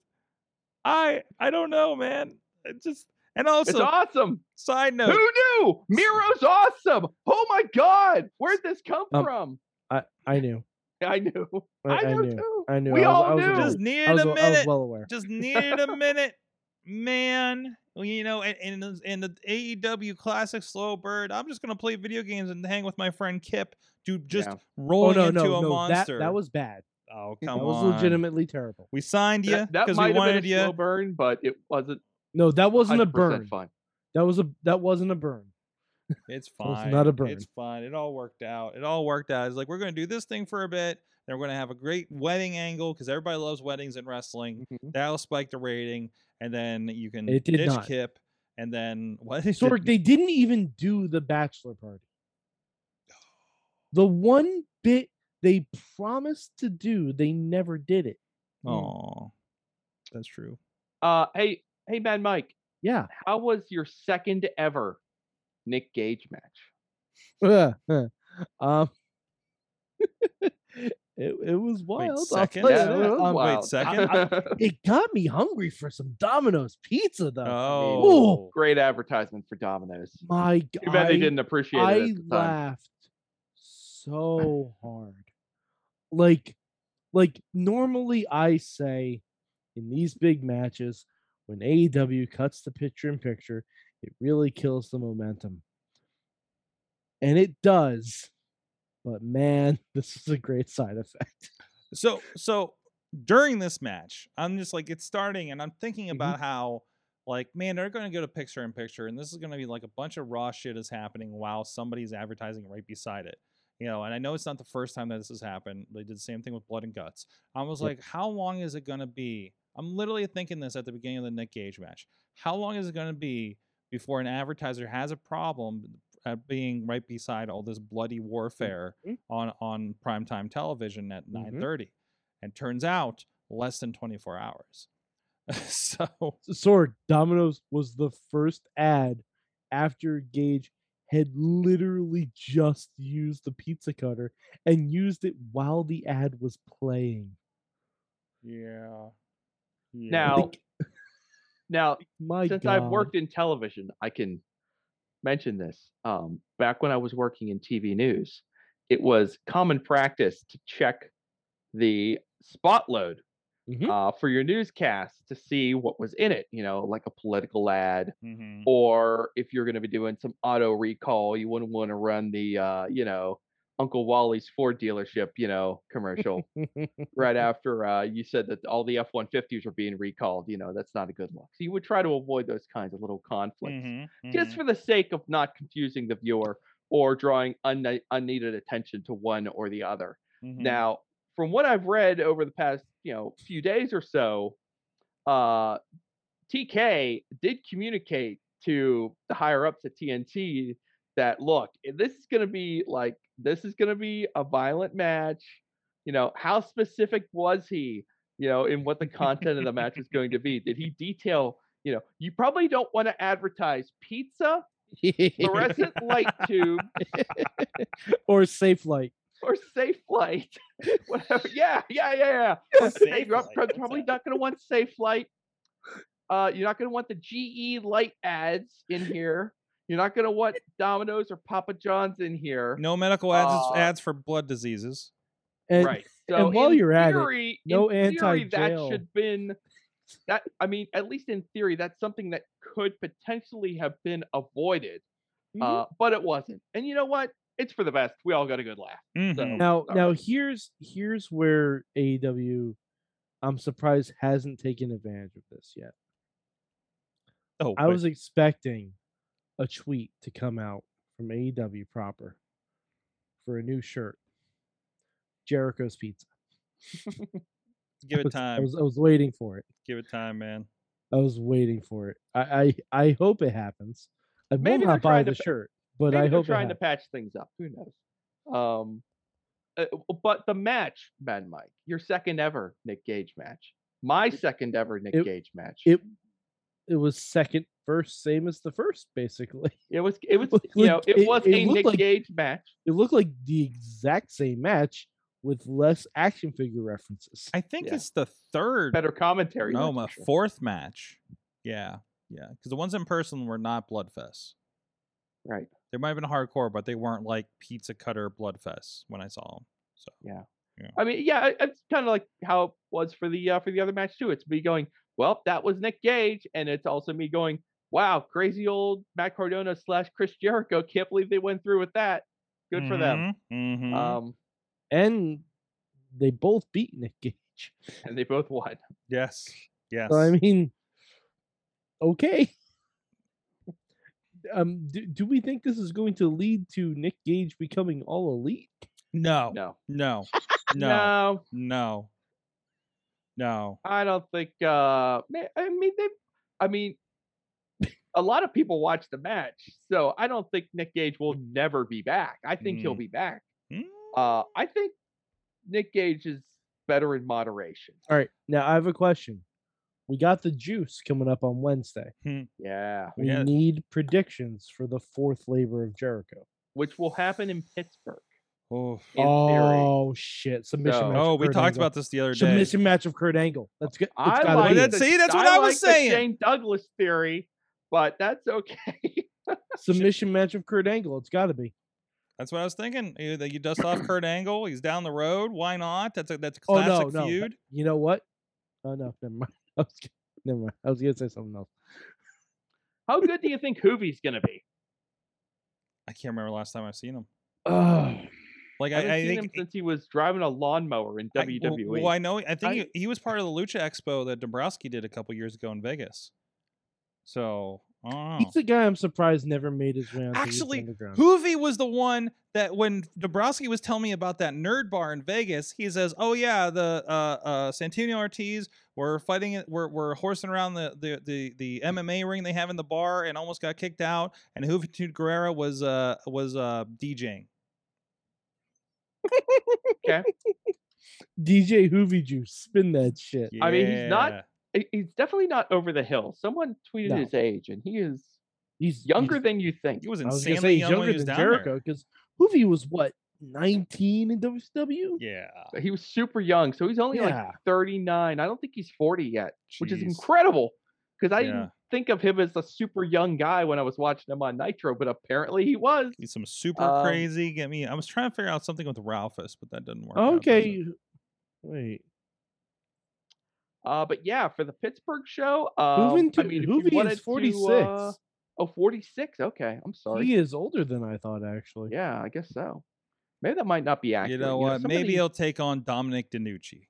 I I don't know, man. It just and
it's
also
awesome.
side
Who
note.
knew? Miro's awesome. Oh my God. Where'd this come
Um,
from?
I knew.
I knew.
I,
I,
I
knew,
knew.
too.
I knew.
We
I was,
all
I was
knew.
aware.
Just needed
I was,
a
I was
minute.
well aware.
Just needed a minute, man. Well, You know, and in, the- in the AEW classic slow bird, I'm just gonna play video games and hang with my friend Kip, to just
Yeah.
Oh
rolling
no,
into
no, no!
a
That
monster.
that was bad.
oh
That
come
was
on.
legitimately terrible.
We signed you
That, that
because we
might have
wanted
been a slow
you.
burn, but it wasn't.
No, that wasn't a
100%
burn.
Fun.
That was a that wasn't a burn.
It's
That was
fine.
not a burn.
It's fine. It all worked out. It all worked out. It's like we're gonna do this thing for a bit. Then we're gonna have a great wedding angle because everybody loves weddings in wrestling.
Mhm.
That'll spike the rating, and then you can
Mm-hmm. It did
ditch
not.
Kip. And then what?
Sorg, they didn't even do the bachelor party. The one bit they promised to do, they never did it.
Oh, that's true.
Uh, hey, hey, man, Mike.
Yeah.
How was your second ever Nick Gage match?
um, it, it was wild. I'll
second?
tell you
Yeah,
that.
it was
Um,
wild. second?
it got me hungry for some Domino's pizza, though.
Oh,
Great advertisement for Domino's.
My God.
Too bad they didn't appreciate it.
I
at the time.
laughed so hard. Like, like normally I say in these big matches, when AEW cuts the picture in picture, it really kills the momentum. And it does. But man, this is a great side effect.
so so during this match, I'm just like it's starting, and I'm thinking
Mhm.
about how like man they're going to go to picture in picture, and this is going to be like a bunch of raw shit is happening while somebody's advertising right beside it. You know, and I know it's not the first time that this has happened. They did the same thing with Blood and Guts. I was
Yep.
like, how long is it going to be? I'm literally thinking this at the beginning of the Nick Gage match. How long is it going to be before an advertiser has a problem at being right beside all this bloody warfare
Mhm.
on on primetime television at
Mhm.
9:30? And turns out less than 24 hours. so
Sorg, Domino's was the first ad after Gage had literally just used the pizza cutter and used it while the ad was playing.
yeah. yeah.
Now,
Like,
Now,
my
since
God.
I've worked in television, I can mention this. Um, back when I was working in TV news, it was common practice to check the spot load
Mhm.
uh, for your newscast to see what was in it, you know, like a political ad,
Mhm.
or if you're going to be doing some auto recall, you wouldn't want to run the, uh, you know, Uncle Wally's Ford dealership, you know, commercial right after uh, you said that all the F 150s were being recalled. You know, that's not a good look. So you would try to avoid those kinds of little conflicts
Mhm,
just
mhm.
for the sake of not confusing the viewer or drawing unne- unneeded attention to one or the other.
Mhm.
Now, from what I've read over the past, you know, few days or so, uh, TK did communicate to the higher ups at TNT that look, i- this is going to be like this is going to be a violent match. You know, how specific was he? You know, in what the content of the match is going to be? Did he detail? You know, you probably don't want to advertise pizza, fluorescent light tube,
or safe light.
or safe flight. Whatever. Yeah, yeah, yeah, yeah.
Safe
you're
Flight,
prob-
what's
probably
that?
not going to want safe flight. Uh, you're not going to want the GE light ads in here. You're not going to want Domino's or Papa John's in here.
no medical ads
uh,
ads for blood diseases.
And
right.
and while
in
you're at it,
theory, in
no
theory, That
anti-jail.
should been that. I mean, at least in theory, that's something that could potentially have been avoided,
Mhm.
uh, but it wasn't. And you know what? It's for the best. We all got a good laugh.
Mhm.
now
all
now here's here's where AEW I'm surprised hasn't taken advantage of this yet.
oh,
I
wait.
was expecting a tweet to come out from AEW proper for a new shirt. Jericho's pizza.
give
I
it
was- I
time.
was, I was waiting for it.
Give it time, man.
I was waiting for it. I I, I hope it happens. I
Maybe
will
they're
not buy
trying
the
to pa-
shirt, but
Maybe
I
they're
hope it
trying to
happens.
patch things up. Who knows? Um, uh, w- but the match, man, Mike, your second ever Nick Gage match, my second ever Nick
it-
Gage match. It,
it it was second first, same as the first, basically.
was, it was,
looked
you know,
like-
it,
it-
was
it
a
looked
Nick
like-
Gage match.
It looked like the exact same match with less action figure references.
I think
Yeah.
it's the third.
Better commentary.
no,
that's
my
for sure.
fourth match. Yeah, yeah. Because the ones in person were not Bloodfest.
right.
They might have been hardcore, but they weren't like pizza cutter Bloodfest when I saw them. So
I mean, yeah, it- it's kind of like how it was for the uh, for the other match too. It's me going, well, that was Nick Gage, and it's also me going, wow, crazy old Matt Cardona slash Chris Jericho. Can't believe they went through with that. Good for them.
Mhm, mhm.
Um,
and they both beat Nick Gage.
and they both won.
yes, yes.
So I mean, okay. Um, do, do we think this is going to lead to Nick Gage becoming all elite?
no, no,
No,
no, Oh, no,
no,
no, no.
I don't think. Uh, ma- I mean, they. I mean, a lot of people watch the match, so I don't think Nick Gage will never be back. I think he'll
Mm.
be back.
Mm,
Uh, I think Nick Gage is better in moderation.
All right, now I have a question. We got the juice coming up on Wednesday.
Yeah.
We
Yeah.
need predictions for the fourth labor of Jericho.
Which will happen in Pittsburgh.
Oh,
In theory.
oh shit! Submission.
So-
match of
oh, we
Kurt
talked
Angle.
about this the other day.
submission match of Kurt Angle. That's good.
I
gotta
like
be
Well,
it.
the-
see, that's what
I
I was
like the
saying.
Shane Douglas theory, but that's okay.
submission match of Kurt Angle. It's got to be.
That's what I was thinking. You, that you dust off Kurt Angle. He's down the road. Why not? That's a that's a
Oh no,
classic
no. that-
feud.
You know what? Oh no, never mind. I was, g- never mind. I was gonna say something else.
How good do you think Hoovy's gonna be?
I can't remember last time I've seen him.
Oh,
Like
I haven't
I, I
seen
think
him since E. he was driving a lawnmower in
I-
WWE.
well- Well, I know. I think
I-
he, he was part of the Lucha Expo that Dombrowski did a couple years ago in Vegas. So, I don't know.
he's the guy I'm surprised never made his way onto the
Actually,
underground.
Hoovy was the one that when Dombrowski was telling me about that nerd bar in Vegas, he says, "Oh yeah, the uh, uh, Santino Ortiz were fighting, it- were were horsing around the, the the the MMA ring they have in the bar and almost got kicked out, and Juventud Guerrera was uh was uh DJing."
DJ Hoovy Juice, spin that shit.
I mean, he's not-
Yeah.
He- He's definitely not over the hill. Someone tweeted
No.
his age, and he is
He's
younger
he's-
than you think.
He was
I was gonna say
insanely
he's
young when
younger
he was
than
down
Jericho because Hoovy was what 19 in WCW.
there. Yeah,
He was super young, so he's only like
Yeah.
39. I don't think he's 40 yet, which is
Jeez.
incredible because I
Yeah.
didn't think of him as a super young guy when I was watching him on Nitro, but apparently he was.
He's some super
Um,
crazy. Get me. I was trying to figure out something with Ralphus, but that didn't work. out, does
Okay.
it?
you- Wait.
Uh, but yeah, for the Pittsburgh show, um,
Hoovy,
I
to,
mean, if you
Hoovy
wanted
is
to,
46.
uh, oh, 46. Okay, I'm sorry.
he is older than I thought, actually.
Yeah, I guess so. Maybe that might not be accurate.
You know what? Maybe
somebody-
he'll take on Dominic DiNucci.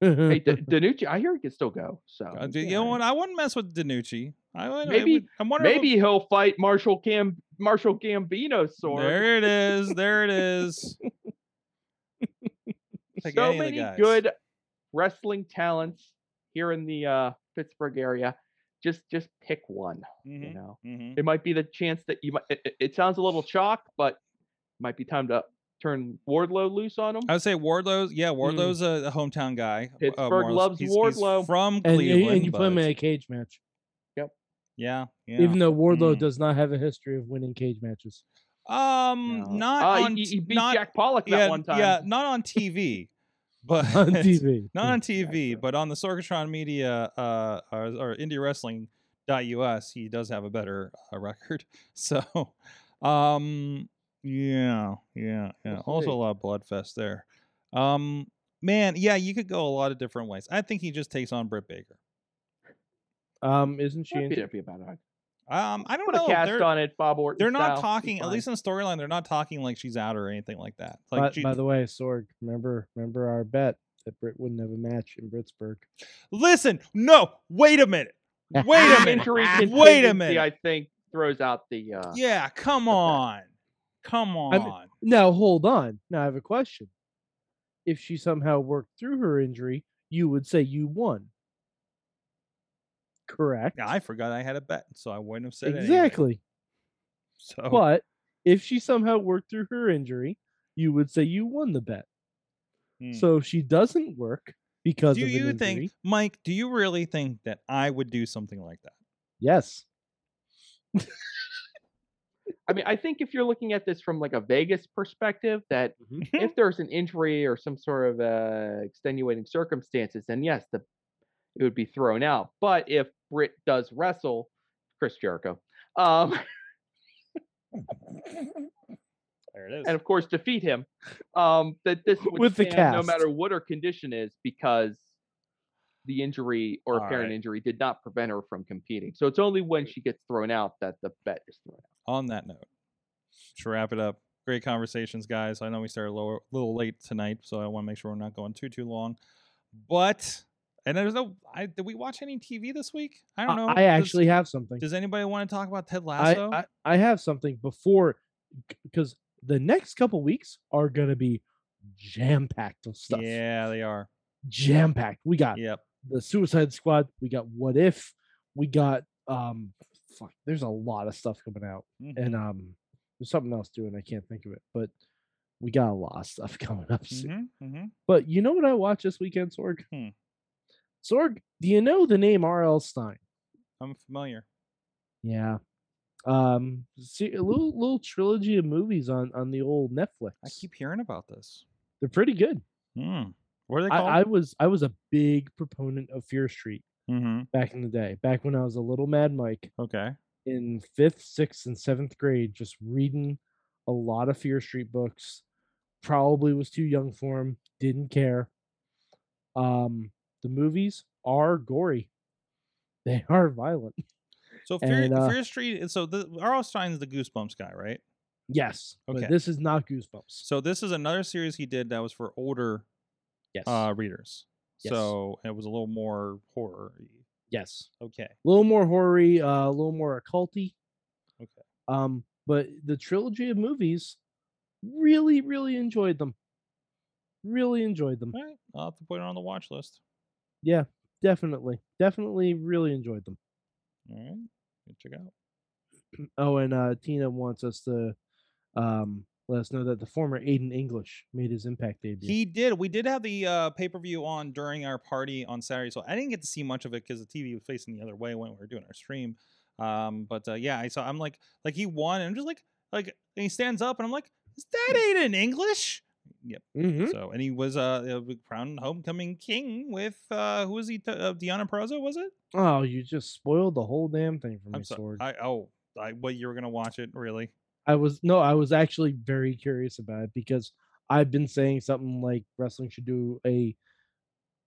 Hey, D- Danucci, I hear he can still go. So
Uh, d-
Oh, yeah,
you know what? I wouldn't mess with DiNucci. I would,
Maybe-
I am wondering. if
Maybe he'll fight Marshall Cam Marshall Gambino
it-
sword.
there it is. There it is. Take
so
any of the
many
guys.
good wrestling talents here in the uh, Pittsburgh area. Just just pick one. You
Mhm,
know,
mhm.
it might be the chance that you might. It, it- it sounds a little chalk, but might be time to turn Wardlow loose on him.
I would say Wardlow's. Yeah, Wardlow's a, a hometown guy. uh,
Mm. Pittsburgh
more or less.
loves
He's- he's
Wardlow.
from
and, you-
Cleveland.
and you put him
but-
in a cage match,
yeah, yeah.
even though Wardlow
Mm.
does not have a history of winning cage matches.
um,
No.
not
Uh, he-
on.
he,
t-
he beat
not,
Jack Pollock
yeah,
that one time.
Yeah, not on TV, but
on TV.
not on TV,
Exactly.
but on the Sorgatron Media uh, or, or Indie Wrestling US, he does have a better uh, record. So, um, yeah, yeah, yeah.
We'll
Also
see.
a lot of bloodfest there. Um, man, yeah, you could go a lot of different ways. I think he just takes on Britt Baker.
Um, isn't she?
That'd be,
in-
that'd be about it.
Um, I don't
Put
know.
a cast
they're
on it, Bob Orton.
they're not
style, be
talking. At
fine.
least in the storyline, they're not talking like she's out or anything like that. Like
by,
she-
by the way, Sorg, remember remember our bet that Britt wouldn't have a match in Pittsburgh.
listen, no, wait a minute, wait a
The
minute,
Ah, injury
wait a
contingency,
minute.
I think throws out the. Uh,
Yeah, come on. Come on.
I'm- Now hold on. Now I have a question. If she somehow worked through her injury, you would say you won. Correct.
Yeah, I forgot I had a bet, so I wouldn't have said anything.
exactly.
So
But if she somehow worked through her injury, you would say you won the bet.
Hmm.
So if she doesn't work because
do
of an
you
injury,
think, Mike, do you really think that I would do something like that?
yes.
I mean, I think if you're looking at this from like a Vegas perspective, that
Hmm?
if there's an injury or some sort of uh, extenuating circumstances, then yes, the it would be thrown out. But if Britt does wrestle, Chris Jericho, um,
There it is.
and of course defeat him, um, that this would
With the
stand no
cast.
matter what her condition is because the injury or
All
apparent
right.
injury did not prevent her from competing. So it's only when she gets thrown out that the bet is thrown out.
On that note, to wrap it up, great conversations, guys. I know we started a little, little late tonight, so I want to make sure we're not going too, too long. But, and there's no, I, did we watch any TV this week? I don't know.
I
Does-
actually have something.
Does anybody want to talk about Ted
I,
Lasso?
I, I have something before because the next couple weeks are gonna be jam packed with stuff.
Yeah, they are.
Jam packed. We got
Yep.
the Suicide Squad. We got What If. We got um. Fuck. There's a lot of stuff coming out,
Mm-hmm.
and um, there's something else too, and I can't think of it. But we got a lot of stuff coming up. soon.
Mhm, mhm.
But you know what I watched this weekend, Sorg?
Hmm.
Sorg, do you know the name R.L. Stein?
I'm familiar.
Yeah. Um, see, a little little trilogy of movies on on the old Netflix.
I keep hearing about this.
They're pretty good.
Hmm. What are they called?
I, I was I was a big proponent of Fear Street
mm-hmm.
back in the day. Back when I was a little Mad Mike
Okay.
in fifth, sixth, and seventh grade, just reading a lot of Fear Street books. Probably was too young for him. Didn't care. Um, the movies are gory. They are violent.
So Fear,
And, uh,
Fear Street. So the R.L. Stein's the Goosebumps guy, right?
Yes.
Okay.
But this is not Goosebumps.
So this is another series he did that was for older
Yes.
uh, readers.
Yes.
So it was a little more horror.
yes.
Okay.
A little more hoary, uh, a little more occulty.
Okay.
Um, but the trilogy of movies, really, really enjoyed them. Really enjoyed them.
All right. I'll have to put it on the watch list.
Definitely, definitely, really enjoyed them.
All right. Good check out.
Oh, and uh, Tina wants us to um, let us know that the former Aiden English made his impact debut.
He did. We did have the uh, pay per view on during our party on Saturday, so I didn't get to see much of it because the TV was facing the other way when we were doing our stream. Um, but uh, yeah, I saw. I'm like, like he won, and I'm just like, like and he stands up, and I'm like, is that ain't in English?
Mhm.
So, and he was uh, uh crowned homecoming king with uh, who was he? T- uh, Deanna Perrazzo, was it?
Oh, you just spoiled the whole damn thing for me,
I'm sorry.
Sword. I,
I oh, I what you were gonna watch it really?
was no, I was actually very curious about it because I've been saying something like wrestling should do a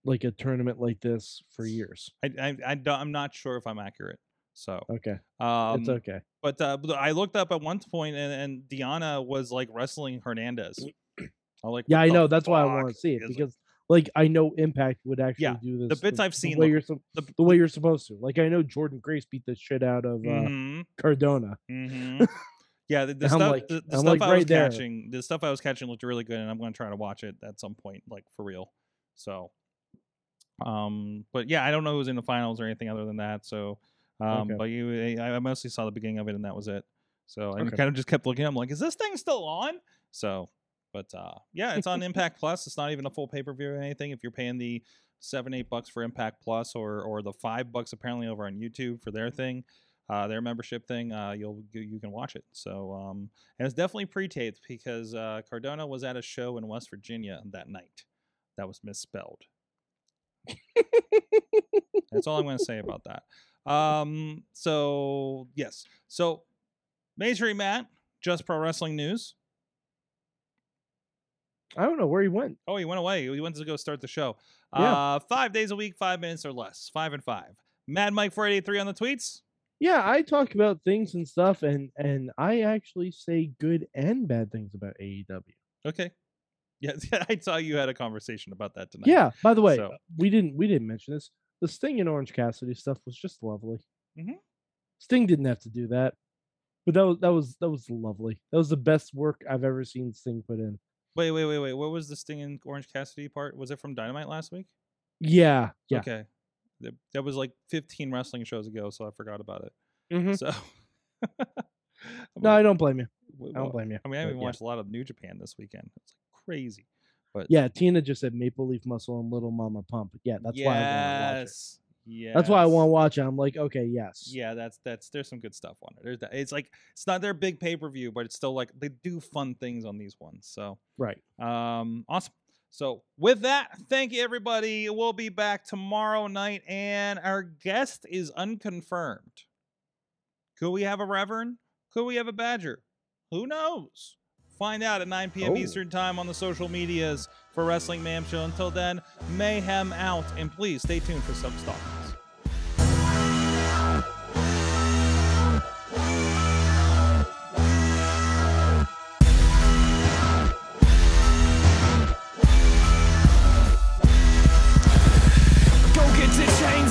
like a tournament like this for years.
I I, I don't, I'm not sure if I'm accurate. So,
Okay,
um,
it's okay.
But uh, but I looked up at one point, and, and Deanna was like wrestling Hernandez. I like.
Yeah,
what
I
the
know. That's why I want
fuck
to see it
is-
because, like, I know Impact would actually
Yeah,
do this.
bits I've seen
the way
look-
you're sup-
the-
the way you're supposed to. Like, I know Jordan Grace beat the shit out of uh,
Mhm,
Cardona.
mhm. Yeah, the, the
I'm
stuff,
like-
the, the
I'm
stuff
like
I was
right there.
catching, the stuff I was catching looked really good, and I'm going to try to watch it at some point, like for real. So, um, but yeah, I don't know who was in the finals or anything other than that. So, um,
Okay.
but you, eh, I I mostly saw the beginning of it, and that was it. So I
Okay.
kind of just kept looking. I'm like, is this thing still on? So, but uh, yeah, it's on Impact Plus. It's not even a full pay per view or anything. If you're paying the seven eight bucks for Impact Plus or or the five bucks apparently over on YouTube for
Mm-hmm.
their thing, uh, their membership thing, uh, you'll you- you can watch it. So um, and it's definitely pre taped because uh, Cardona was at a show in West Virginia that night. That was misspelled. That's all I'm going to say about that. Um, so yes, so Majory Matt, just pro wrestling news.
I don't know where he went.
Oh, he went away. He went to go start the show.
Yeah.
Uh, five days a week, five minutes or less. Five and five. Mad Mike four eighty three on the tweets.
Yeah, I talk about things and stuff, and and I actually say good and bad things about E AEW.
Okay. Yes, I saw you had a conversation about that tonight.
Yeah. By the way,
So-
we didn't we didn't mention this. The Sting and Orange Cassidy stuff was just lovely.
Mhm.
Sting didn't have to do that, but that was that was that was lovely. That was the best work I've ever seen Sting put in.
Wait, wait, wait, wait. What was the Sting and Orange Cassidy part? Was it from Dynamite last week?
Yeah. Yeah.
Okay. That, that was like 15 wrestling shows ago, so I forgot about it.
Mhm.
So. I
No, I don't blame you.
mean,
I don't blame you.
I mean, I
but
even
yeah.
watched a lot of New Japan this weekend. It's like crazy. But
Yeah, Tina just said Maple Leaf Muscle and Little Mama Pump. Yeah, that's why I want to watch it.
yes, yes.
That's why I want to watch it. I'm like, okay, yes.
Yeah, that's that's there's some good stuff on it. There's that. It's like it's not their big pay per view, but it's still like they do fun things on these ones. So
Right.
um, awesome. So with that, thank you everybody. We'll be back tomorrow night, and our guest is unconfirmed. Could we have a reverend? Could we have a badger? Who knows? Find out at 9 p.m.
Oh.
Eastern Time on the social medias for Wrestling Mayhem Show. Until then, mayhem out, and please stay tuned for some stalkers.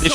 This